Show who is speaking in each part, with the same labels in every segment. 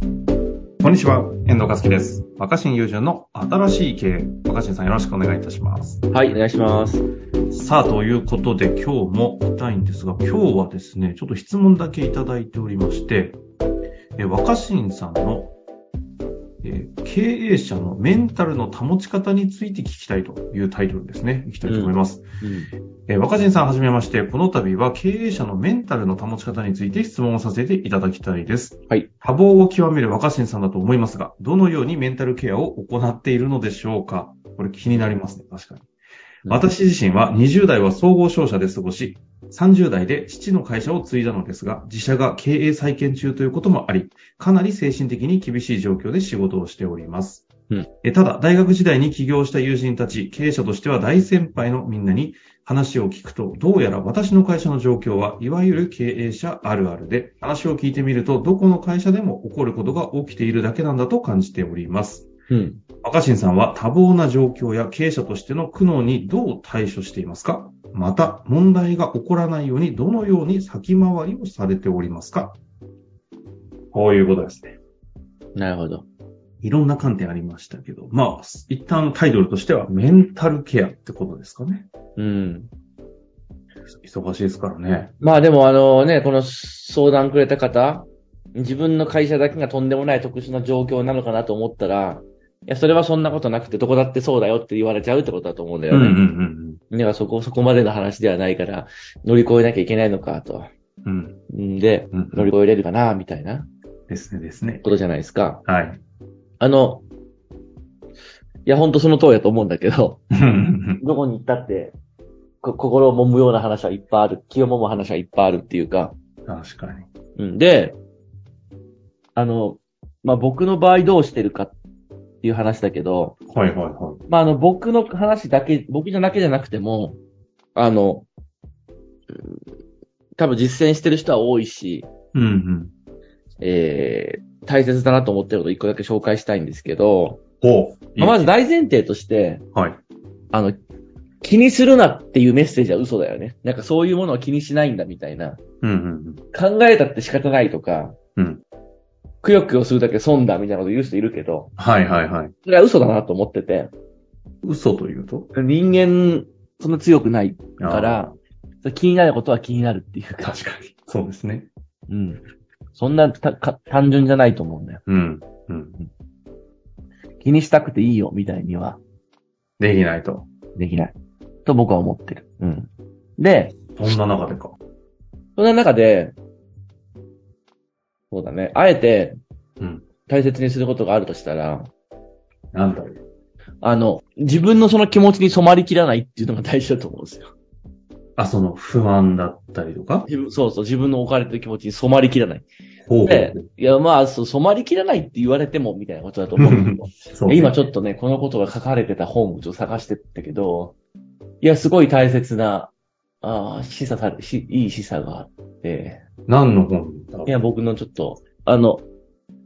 Speaker 1: こんにちは、遠藤和樹です。若新友人の新しい経営。若新さんよろしくお願いいたします。
Speaker 2: はい、お願いします。
Speaker 1: さあ、ということで今日もいたいんですが、今日はですね、ちょっと質問だけいただいておりまして、え若新さんのえー経営者のメンタルの保ち方について聞きたいというタイトルですね。いきたいと思います。えー若新さんはじめまして、この度は経営者のメンタルの保ち方について質問をさせていただきたいです。
Speaker 2: はい。
Speaker 1: 多忙を極める若新さんだと思いますが、どのようにメンタルケアを行っているのでしょうかこれ気になりますね、確かに。私自身は20代は総合商社で過ごし、30代で父の会社を継いだのですが、自社が経営再建中ということもあり、かなり精神的に厳しい状況で仕事をしております。
Speaker 2: うん
Speaker 1: えただ、大学時代に起業した友人たち、経営者としては大先輩のみんなに話を聞くと、どうやら私の会社の状況はいわゆる経営者あるあるで、話を聞いてみると、どこの会社でも起こることが起きているだけなんだと感じております。
Speaker 2: うん。
Speaker 1: 若新さんは多忙な状況や経営者としての苦悩にどう対処していますかまた、問題が起こらないようにどのように先回りをされておりますかこういうことですね。
Speaker 2: なるほど。
Speaker 1: いろんな観点ありましたけど、まあ、一旦タイトルとしてはメンタルケアってことですかね。
Speaker 2: うん。
Speaker 1: 忙しいですからね。
Speaker 2: まあでもあのね、この相談くれた方、自分の会社だけがとんでもない特殊な状況なのかなと思ったら、いや、それはそんなことなくて、どこだってそうだよって言われちゃうってことだと思うんだよね。
Speaker 1: ん
Speaker 2: だからそこ、そこまでの話ではないから、乗り越えなきゃいけないのかと。
Speaker 1: うん。うん。
Speaker 2: んで、
Speaker 1: うん
Speaker 2: 乗り越えれるかな、みたいな
Speaker 1: ですね、ですね。
Speaker 2: ことじゃないですか。
Speaker 1: はい。
Speaker 2: あの、いや、ほんとその通りだと思うんだけど、
Speaker 1: うん
Speaker 2: どこに行ったって、こ心を揉むような話はいっぱいある。気を揉む話はいっぱいあるっていうか。
Speaker 1: 確かに。
Speaker 2: うん、で、あの、まあ、僕の場合どうしてるかっていう話だけど、
Speaker 1: はいはいはい。
Speaker 2: まあ、あの、僕の話だけ、僕じゃだけじゃなくても、あの、うん多分実践してる人は多いし、
Speaker 1: うんうん。
Speaker 2: えー、大切だなと思ってることを一個だけ紹介したいんですけど、
Speaker 1: ほう。
Speaker 2: まあまず大前提として、
Speaker 1: はい。
Speaker 2: あの、気にするなっていうメッセージは嘘だよね。なんかそういうものは気にしないんだみたいな。
Speaker 1: うんうん
Speaker 2: 考えたって仕方ないとか、
Speaker 1: うん。うん。
Speaker 2: くよくよするだけ損だみたいなこと言う人いるけど、
Speaker 1: はいはいはい。
Speaker 2: それは嘘だなと思ってて、
Speaker 1: 嘘というと
Speaker 2: 人間、そんな強くないか、
Speaker 1: あ
Speaker 2: ら、それ気になることは気になるっていう
Speaker 1: ー
Speaker 2: か、
Speaker 1: 確かに。そうですね。
Speaker 2: うん。そんなたか単純じゃないと思うんだよ。
Speaker 1: うん。うん。
Speaker 2: 気にしたくていいよみたいには
Speaker 1: できないと。
Speaker 2: できない。と僕は思ってる。うん。で、
Speaker 1: そんな中でか。
Speaker 2: そんな中で、そうだね、あえて
Speaker 1: うん。
Speaker 2: 大切にすることがあるとしたら、
Speaker 1: なんだろう。
Speaker 2: あの、自分のその気持ちに染まりきらないっていうのが大事だと思うんですよ。
Speaker 1: あ、その不安だったりとか。
Speaker 2: 自分、そうそう、自分の置かれてる気持ちに染まりきらない。
Speaker 1: ほうほ
Speaker 2: で
Speaker 1: う。
Speaker 2: いや、まあ、そう、染まりきらないって言われても、みたいなことだと思うんだけど
Speaker 1: そう
Speaker 2: 今ちょっとね、このことが書かれてた本をちょっと探してったけど、いや、すごい大切な、ああ、示唆され、し、いい示唆があって、
Speaker 1: 何の本だ
Speaker 2: いや、僕のちょっと、あの、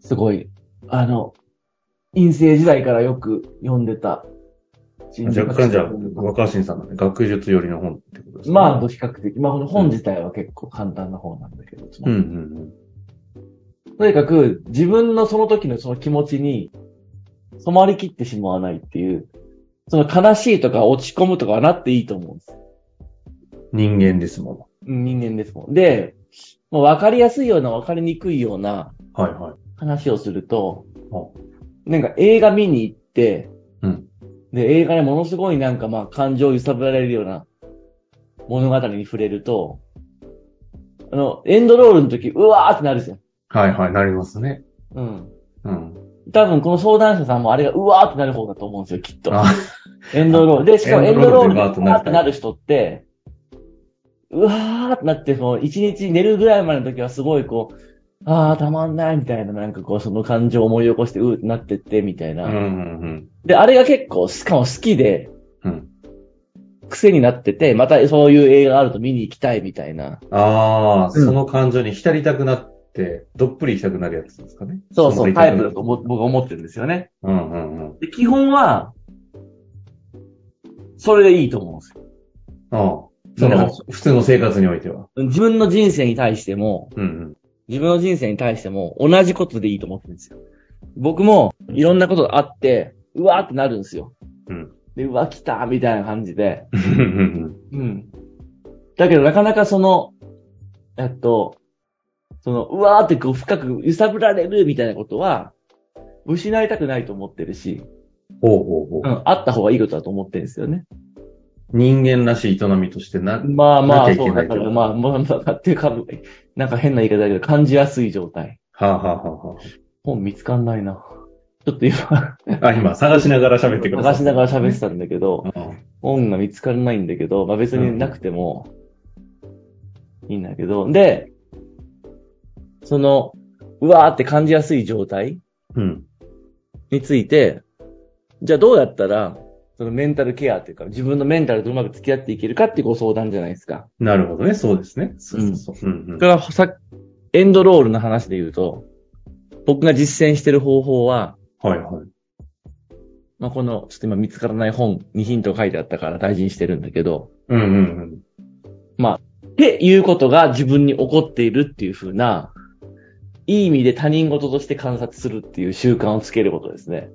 Speaker 2: すごい、あの、陰性時代からよく読んでた、
Speaker 1: 若干じゃあ、若新さんのね、学術寄りの本ってことですね。
Speaker 2: まあ、比較的、まあ、この本自体は結構簡単な方なんだけど、
Speaker 1: うんうん
Speaker 2: とにかく、自分のその時のその気持ちに染まりきってしまわないっていう、その悲しいとか落ち込むとかはなっていいと思うんです。
Speaker 1: うん。人間ですも
Speaker 2: 人間ですもん。で、もう分かりやすいような分かりにくいような
Speaker 1: の。はいはい。
Speaker 2: 話をすると
Speaker 1: あ、
Speaker 2: なんか映画見に行って、
Speaker 1: うん
Speaker 2: で、映画でものすごいなんかまあ感情を揺さぶられるような物語に触れると、あの、エンドロールの時、うわーってなるじゃん。
Speaker 1: はいはい、なりますね。
Speaker 2: うん。
Speaker 1: うん。
Speaker 2: 多分この相談者さんもあれがうわーってなる方だと思うんですよ、きっと。
Speaker 1: あ、
Speaker 2: エンドロール。で、しかも
Speaker 1: エ
Speaker 2: エ
Speaker 1: ン
Speaker 2: ン
Speaker 1: ド
Speaker 2: ド
Speaker 1: ロ
Speaker 2: ロ
Speaker 1: ール
Speaker 2: ー
Speaker 1: で
Speaker 2: ルで
Speaker 1: わ
Speaker 2: わ
Speaker 1: ーっとなる
Speaker 2: ーってなる人って、うわーってなって、その一日寝るぐらいまでの時はすごいこう、あーたまんないみたいな、なんかこうその感情を思い起こしてうーってなってってみたい
Speaker 1: うん
Speaker 2: な。
Speaker 1: うん
Speaker 2: で、あれが結構、しかも好きで、
Speaker 1: うん。うん。
Speaker 2: 癖になってて、またそういう映画があると見に行きたいみたいな。
Speaker 1: ああ、
Speaker 2: うん
Speaker 1: その感情に浸りたくなって、どっぷり行きたくなるやつですかね。
Speaker 2: そうそ
Speaker 1: の
Speaker 2: う、
Speaker 1: 行き
Speaker 2: タ
Speaker 1: た
Speaker 2: イ
Speaker 1: く
Speaker 2: プ
Speaker 1: な
Speaker 2: だ
Speaker 1: る
Speaker 2: と思僕は思ってるんですよね。
Speaker 1: うんうんうん。
Speaker 2: で、基本は、それでいいと思うんですよ。
Speaker 1: ああ。そ
Speaker 2: な
Speaker 1: の
Speaker 2: んか、
Speaker 1: 普通の生活においては。
Speaker 2: 自分の人生に対しても、
Speaker 1: うん
Speaker 2: 自分の人生に対しても同じことでいいと思ってるんですよ。
Speaker 1: うん。
Speaker 2: 僕もいろんなことがあって、うわーってなるんですよ。
Speaker 1: うん。
Speaker 2: で、うわ、来たみたいな感じで。
Speaker 1: うん。
Speaker 2: うん。だけどなかなかその、えっと、その、うわーってこう深く揺さぶられるみたいなことは、失いたくないと思ってるし、
Speaker 1: ほうほうほう
Speaker 2: う。ん、あった方がいいことだと思ってるんですよね。
Speaker 1: 人間らしい営みとしてな、
Speaker 2: まあま
Speaker 1: なきゃ
Speaker 2: あ、
Speaker 1: いけ
Speaker 2: そう
Speaker 1: な
Speaker 2: だ
Speaker 1: い
Speaker 2: か
Speaker 1: けど
Speaker 2: ら、まあ、まあ、まあ、っていうか、なんか変な言い方だけど、感じやすい状態。
Speaker 1: はあ、はあは
Speaker 2: 本見つかんないな。ちょっと今、
Speaker 1: あはあ、あ、今、探しながら喋ってください。
Speaker 2: 探しながら喋ってたんだけど、
Speaker 1: ら。
Speaker 2: 本が見つからないんだけど、まあ別になくても、いいんだけど、で、その、うわーって感じやすい状態
Speaker 1: うん。
Speaker 2: について、じゃあどうやったら、そのメンタルケアっていうか、自分のメンタルとうまく付き合っていけるかっていうご相談じゃないですか。
Speaker 1: なるほどね。そうですね。そうそうそう。うんうん
Speaker 2: それからさ、エンドロールの話で言うと、僕が実践してる方法は、
Speaker 1: はいはい。
Speaker 2: まあ、この、ちょっと今見つからない本にヒントが書いてあったから大事にしてるんだけど、
Speaker 1: うんうんうん。
Speaker 2: っていうことが自分に起こっているっていう風な、いい意味で他人事として観察するっていう習慣をつけることですね。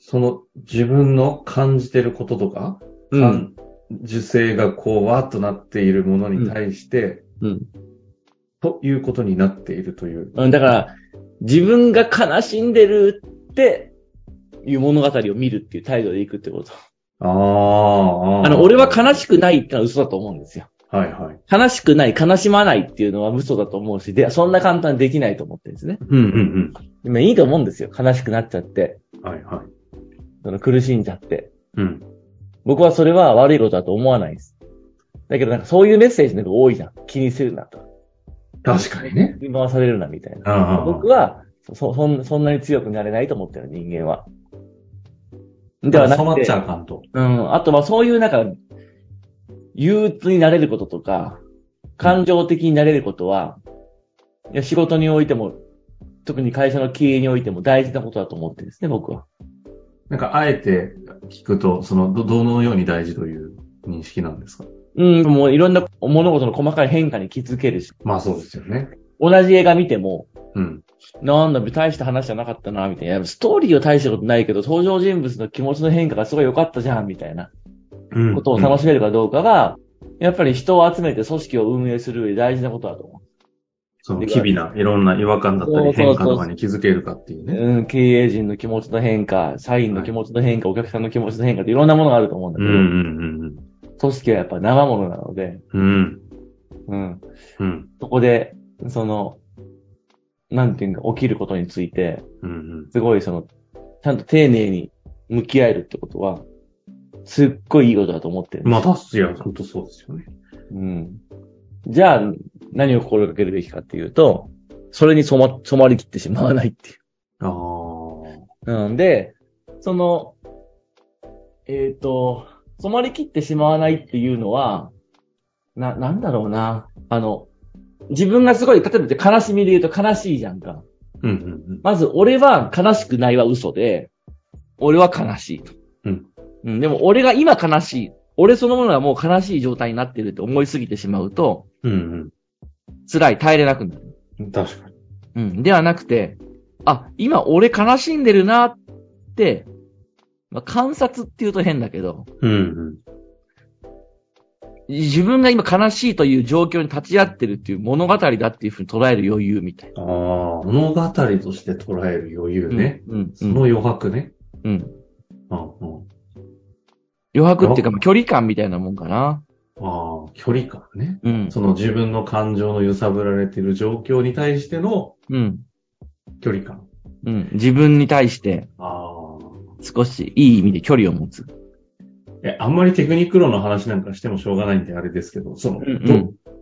Speaker 1: その、自分の感じてることとか、感。受精がこう、わーっとなっているものに対して、
Speaker 2: うん。
Speaker 1: ということになっているという。
Speaker 2: うん、だから、自分が悲しんでるっていう物語を見るっていう態度でいくってこと。
Speaker 1: ああ。
Speaker 2: あの、俺は悲しくないってのは嘘だと思うんですよ。
Speaker 1: はいはい。
Speaker 2: 悲しくない、悲しまないっていうのは嘘だと思うし、で、そんな簡単にできないと思ってるんですね。
Speaker 1: うんうん
Speaker 2: でもいいと思うんですよ。悲しくなっちゃって、
Speaker 1: うん。はいはい。
Speaker 2: その苦しんじゃって。
Speaker 1: うん。
Speaker 2: 僕はそれは悪いことだと思わないです。だけどなんかそういうメッセージの方が多いじゃん。気にするなと。
Speaker 1: 確かにね。
Speaker 2: 振り回されるなみたいな。
Speaker 1: あ
Speaker 2: 僕はそそん、そんなに強くなれないと思ってる人間は。で
Speaker 1: で
Speaker 2: は
Speaker 1: は
Speaker 2: な
Speaker 1: 染ま
Speaker 2: く
Speaker 1: ってち、ゃあかんと。
Speaker 2: うん。あとはそういうなんか、憂鬱になれることとか、感情的になれることは、いや仕事においても、特に会社の経営においても大事なことだと思ってるんですね、僕は。
Speaker 1: なんか、あえて聞くと、その、ど、どのように大事という認識なんですか
Speaker 2: うん、もういろんな物事の細かい変化に気づけるし、
Speaker 1: まあそうですよね。
Speaker 2: 同じ映画見ても、
Speaker 1: うん。
Speaker 2: なんだ、大した話じゃなかったな、みたいな。ストーリーは大したことないけど、登場人物の気持ちの変化がすごい良かったじゃん、みたいな
Speaker 1: うん
Speaker 2: ことを楽しめるかどうかが、やっぱり人を集めて組織を運営する上で大事なことだと思う。
Speaker 1: その、機微な、いろんな違和感だった
Speaker 2: そ
Speaker 1: り、
Speaker 2: うそうそう
Speaker 1: 変化とかに気づけるかっていうね。
Speaker 2: うん、経営陣の気持ちの変化、社員の気持ちの変化、お客さんの気持ちの変化っていろんなものがあると思うんだ
Speaker 1: う
Speaker 2: け
Speaker 1: ん
Speaker 2: ど、
Speaker 1: うんうん
Speaker 2: 組織はやっぱ生ものなので、
Speaker 1: うん。うん。
Speaker 2: うん、
Speaker 1: うん。
Speaker 2: そこで、その、なんていうか、起きることについて、
Speaker 1: うんうん。
Speaker 2: すごいその、ちゃんと丁寧に向き合えるってことは、すっごいいいことだと思ってる。
Speaker 1: まあ、たす、いや、ほんとそうですよね。
Speaker 2: うん。じゃあ、何を心がけるべきかっていうと、それに染ま、染まりきってしまわないっていう。
Speaker 1: ああ。
Speaker 2: うんで、その、えっ、と、染まりきってしまわないっていうのは、な、なんだろうな。あの、自分がすごい、例えばじゃあ悲しみで言うと悲しいじゃんか。
Speaker 1: うんうん
Speaker 2: まず、俺は悲しくないは嘘で、俺は悲しいと。
Speaker 1: うん。
Speaker 2: うん、でも俺が今悲しい。俺そのものがもう悲しい状態になってるって思いすぎてしまうと、
Speaker 1: うん。うん
Speaker 2: 辛い、耐えれなくなる。
Speaker 1: うん。確かに。
Speaker 2: うん。ではなくて、あ、今俺悲しんでるなって、まあ、観察って言うと変だけど、
Speaker 1: うんうん。
Speaker 2: 自分が今悲しいという状況に立ち会ってるっていう物語だっていうふうに捉える余裕みたい
Speaker 1: ああ、物語として捉える余裕
Speaker 2: な。
Speaker 1: ね。。
Speaker 2: うん。
Speaker 1: そうの
Speaker 2: ん。
Speaker 1: 余白ね。
Speaker 2: うん、
Speaker 1: うんうん。
Speaker 2: 余白っていうか、まあ距離感みたいなもんかな。
Speaker 1: ああ、距離感ね。
Speaker 2: うん。
Speaker 1: その自分の感情の揺さぶられている状況に対しての
Speaker 2: うん。
Speaker 1: 距離感。
Speaker 2: うん。自分に対して
Speaker 1: ああ。
Speaker 2: 少しいい意味で距離を持つ。
Speaker 1: え、あんまりテクニクロの話なんかしてもしょうがないんであれですけど、その、
Speaker 2: うんうん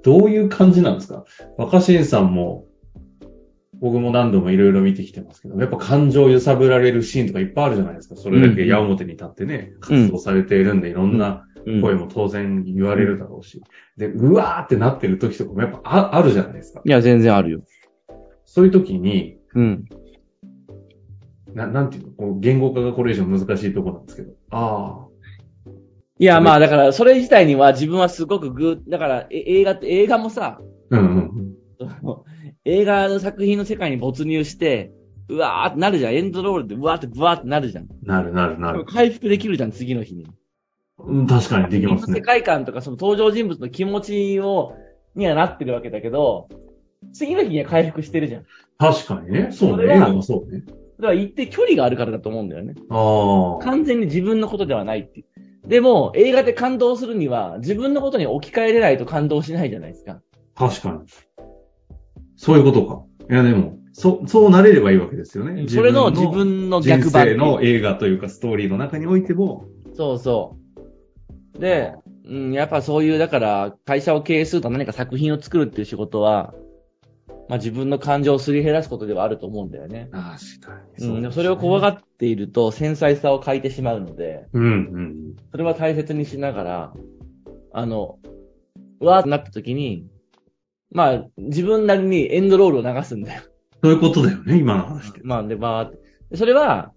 Speaker 1: どどういう感じなんですか若新さんも、僕も何度もいろいろ見てきてますけど、やっぱ感情を揺さぶられるシーンとかいっぱいあるじゃないですか。それだけ矢面に立ってね、活動されているんで、いろんな
Speaker 2: うん。
Speaker 1: 声も当然言われるだろうし。で、うわーってなってる時とかもやっぱああるじゃないですか。
Speaker 2: いや、全然あるよ。
Speaker 1: そういう時に、
Speaker 2: うん。
Speaker 1: ななんていうのこう言語化がこれ以上難しいところなんですけど。あ
Speaker 2: いや、まあ、だから、それ自体には自分はすごくぐー、だから、え映画って、映画もさ、
Speaker 1: あ。うんうん
Speaker 2: その映画の作品の世界に没入して、うわーってなるじゃん。エンドロールでうわーってブワーってなるじゃん。
Speaker 1: なるなるな
Speaker 2: で
Speaker 1: る。
Speaker 2: も回復できるじゃん、次の日に。
Speaker 1: うん確かにできます
Speaker 2: 世
Speaker 1: ね。
Speaker 2: 界観とか、その登場人物の気持ちを、にはなってるわけだけど、次の日には回復してるじゃん。
Speaker 1: 確かにね。そう
Speaker 2: そ
Speaker 1: ね。
Speaker 2: れは
Speaker 1: 映画もそうね。
Speaker 2: だから一定距離があるからだと思うんだよね。
Speaker 1: あ
Speaker 2: 完全に自分のことではないっていう。でも、映画で感動するには、自分のことに置き換えれないと感動しないじゃないですか。
Speaker 1: あ、確かに。そういうことか。いやでも、そ、そうなれればいいわけですよね。
Speaker 2: それの自分の逆
Speaker 1: 人生
Speaker 2: 版。
Speaker 1: の映画というかストーリーの中においても、
Speaker 2: そうそう。で、うん、やっぱそういう、だから、会社を経営すると何か作品を作るっていう仕事は、まあ自分の感情をすり減らすことではあると思うんだよね。
Speaker 1: ああ、したい。
Speaker 2: うん、でもそれを怖がっていると繊細さを欠いてしまうので、
Speaker 1: うん、うん。
Speaker 2: それは大切にしながら、あの、うわーってなった時に、まあ、自分なりにエンドロールを流すんだよ。
Speaker 1: そういうことだよね、今の話って。
Speaker 2: まあ、で、ばーって。でそれは、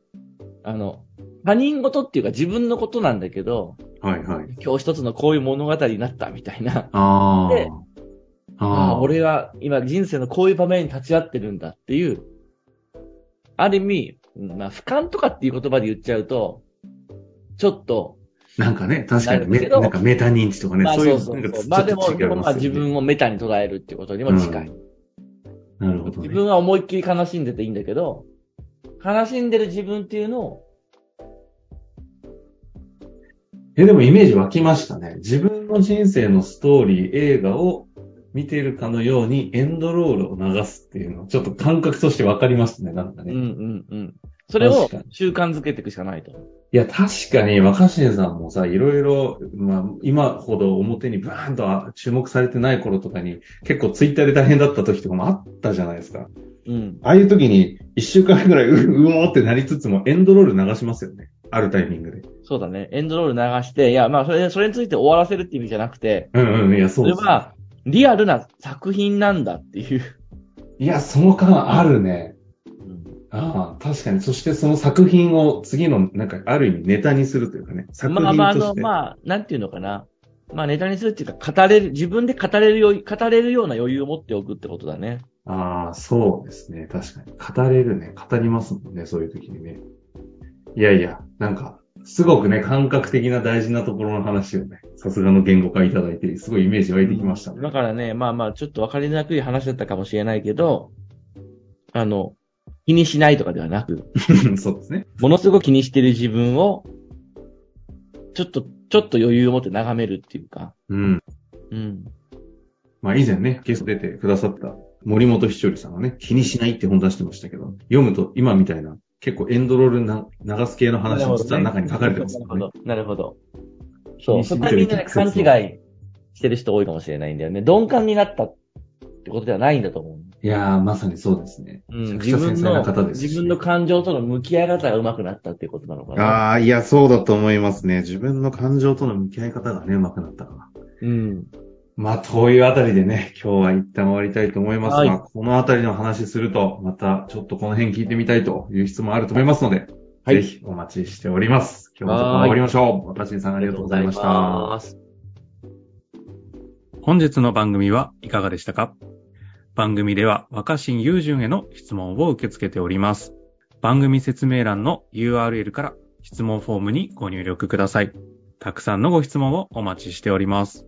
Speaker 2: あの、他人事っていうか自分のことなんだけど、
Speaker 1: はいはい。
Speaker 2: 今日一つのこういう物語になったみたいな。
Speaker 1: あ
Speaker 2: で
Speaker 1: あ。あ
Speaker 2: ああ、
Speaker 1: あ。
Speaker 2: 俺が今人生のこういう場面に立ち会ってるんだっていう、ある意味、うんまあ、俯瞰とかっていう言葉で言っちゃうと、ちょっと、
Speaker 1: なんかね、確かに
Speaker 2: なる
Speaker 1: め、
Speaker 2: けど
Speaker 1: なんかメタ認知とかね、
Speaker 2: まあ
Speaker 1: そう
Speaker 2: そ
Speaker 1: いうう、
Speaker 2: そう
Speaker 1: なんか
Speaker 2: そう。
Speaker 1: ち
Speaker 2: まあで
Speaker 1: ょっ
Speaker 2: も、
Speaker 1: と違
Speaker 2: で
Speaker 1: い
Speaker 2: もまあ
Speaker 1: ます
Speaker 2: 自
Speaker 1: よね。
Speaker 2: 分をメタに捉えるっていうことにも近い。
Speaker 1: なるほど
Speaker 2: 自
Speaker 1: ね。
Speaker 2: 分は思いっきり悲しんでていいんだけど、悲しんでる自分っていうのを、
Speaker 1: え、でもイメージ湧きましたね。自分の人生のストーリー、映画を見ているかのようにエンドロールを流すっていうのは、ちょっと感覚としてわかりますね、なんか
Speaker 2: う
Speaker 1: ね。
Speaker 2: んう
Speaker 1: い
Speaker 2: んうん。それを
Speaker 1: 確か
Speaker 2: 習慣づけていくしかないと。
Speaker 1: や、確かに若新さんもさ、いろいろ、まあ、今ほど表にバーンとあ注目されてない頃とかに、結構ツイッターで大変だった時とかもあったじゃないですか。
Speaker 2: うん。
Speaker 1: ああいう時に、一週間ぐらい、う、うおーってなりつつも、エンドロール流しますよね。あるタイミングで。
Speaker 2: そうだね。エンドロール流して、いや、まあ、それ、それについて終わらせるっていう意味じゃなくて、
Speaker 1: うんうん、いや、そ
Speaker 2: そうれ
Speaker 1: です
Speaker 2: は、リアルな作品なんだっていう。
Speaker 1: いや、その感あるね。ああ、確かに。そしてその作品を次の、なんか、ある意味ネタにするというかね。作
Speaker 2: まあ
Speaker 1: 品
Speaker 2: まあ、あ
Speaker 1: と
Speaker 2: の、
Speaker 1: して。
Speaker 2: まあ、なんていうのかな。まあ、ネタにするっていうか、語れる、自分で語れるよ、語れるような余裕を持っておくってことだね。
Speaker 1: ああ、そうですね。確かに。語れるね。語りますもんね。そういう時にね。いやいや、なんか、すごくね、感覚的な大事なところの話をね、さすがの言語化いただいて、すごいイメージ湧いてきましたね。
Speaker 2: だからね、まあまあ、ちょっとわかりにくい話だったかもしれないけど、あの、気にしないとかではなく、
Speaker 1: そうですね。
Speaker 2: ものすごく気にしてる自分を、ちょっと、ちょっと余裕を持って眺めるっていうか、
Speaker 1: うん。
Speaker 2: うん。
Speaker 1: まあ以前ね、ゲスト出てくださった森本ひちょりさんがね、気にしないって本出してましたけど、読むと今みたいな結構エンドロールな流す系の話も実は中に書かれてます
Speaker 2: なる
Speaker 1: か
Speaker 2: ほ
Speaker 1: らね。
Speaker 2: ど。なるほど。
Speaker 1: 気
Speaker 2: そ
Speaker 1: に
Speaker 2: う。
Speaker 1: し
Speaker 2: そ
Speaker 1: な
Speaker 2: こ
Speaker 1: い
Speaker 2: はみんなね勘違いしてる人多いかもしれないんだよね。鈍感になったってことではないんだと思う。
Speaker 1: いやー、まさにそうですね。
Speaker 2: うん、
Speaker 1: め
Speaker 2: 自
Speaker 1: ちゃくちゃ繊
Speaker 2: 分
Speaker 1: 細な
Speaker 2: の
Speaker 1: 方、ですし
Speaker 2: 自分の感情との向き合い方が上手くなったっていうことなのかな。
Speaker 1: あー、いや、そうだと思いますね。自分の感情との向き合い方がね、上手くなったから。
Speaker 2: うん。
Speaker 1: まあ、というあたりでね、今日は一旦終わりたいと思いますが、
Speaker 2: はい
Speaker 1: このあたりの話すると、またちょっとこの辺聞いてみたいという質問あると思いますので、
Speaker 2: はい
Speaker 1: ぜひお待ちしております。今日もちょっと終わりましょう。私さんありがとうございまし
Speaker 2: ありがとう
Speaker 1: た
Speaker 2: ござい。ます。
Speaker 3: 本日の番組はいかがでしたか番組では若新雄純への質問を受け付けております。番組説明欄の URL から質問フォームにご入力ください。たくさんのご質問をお待ちしております。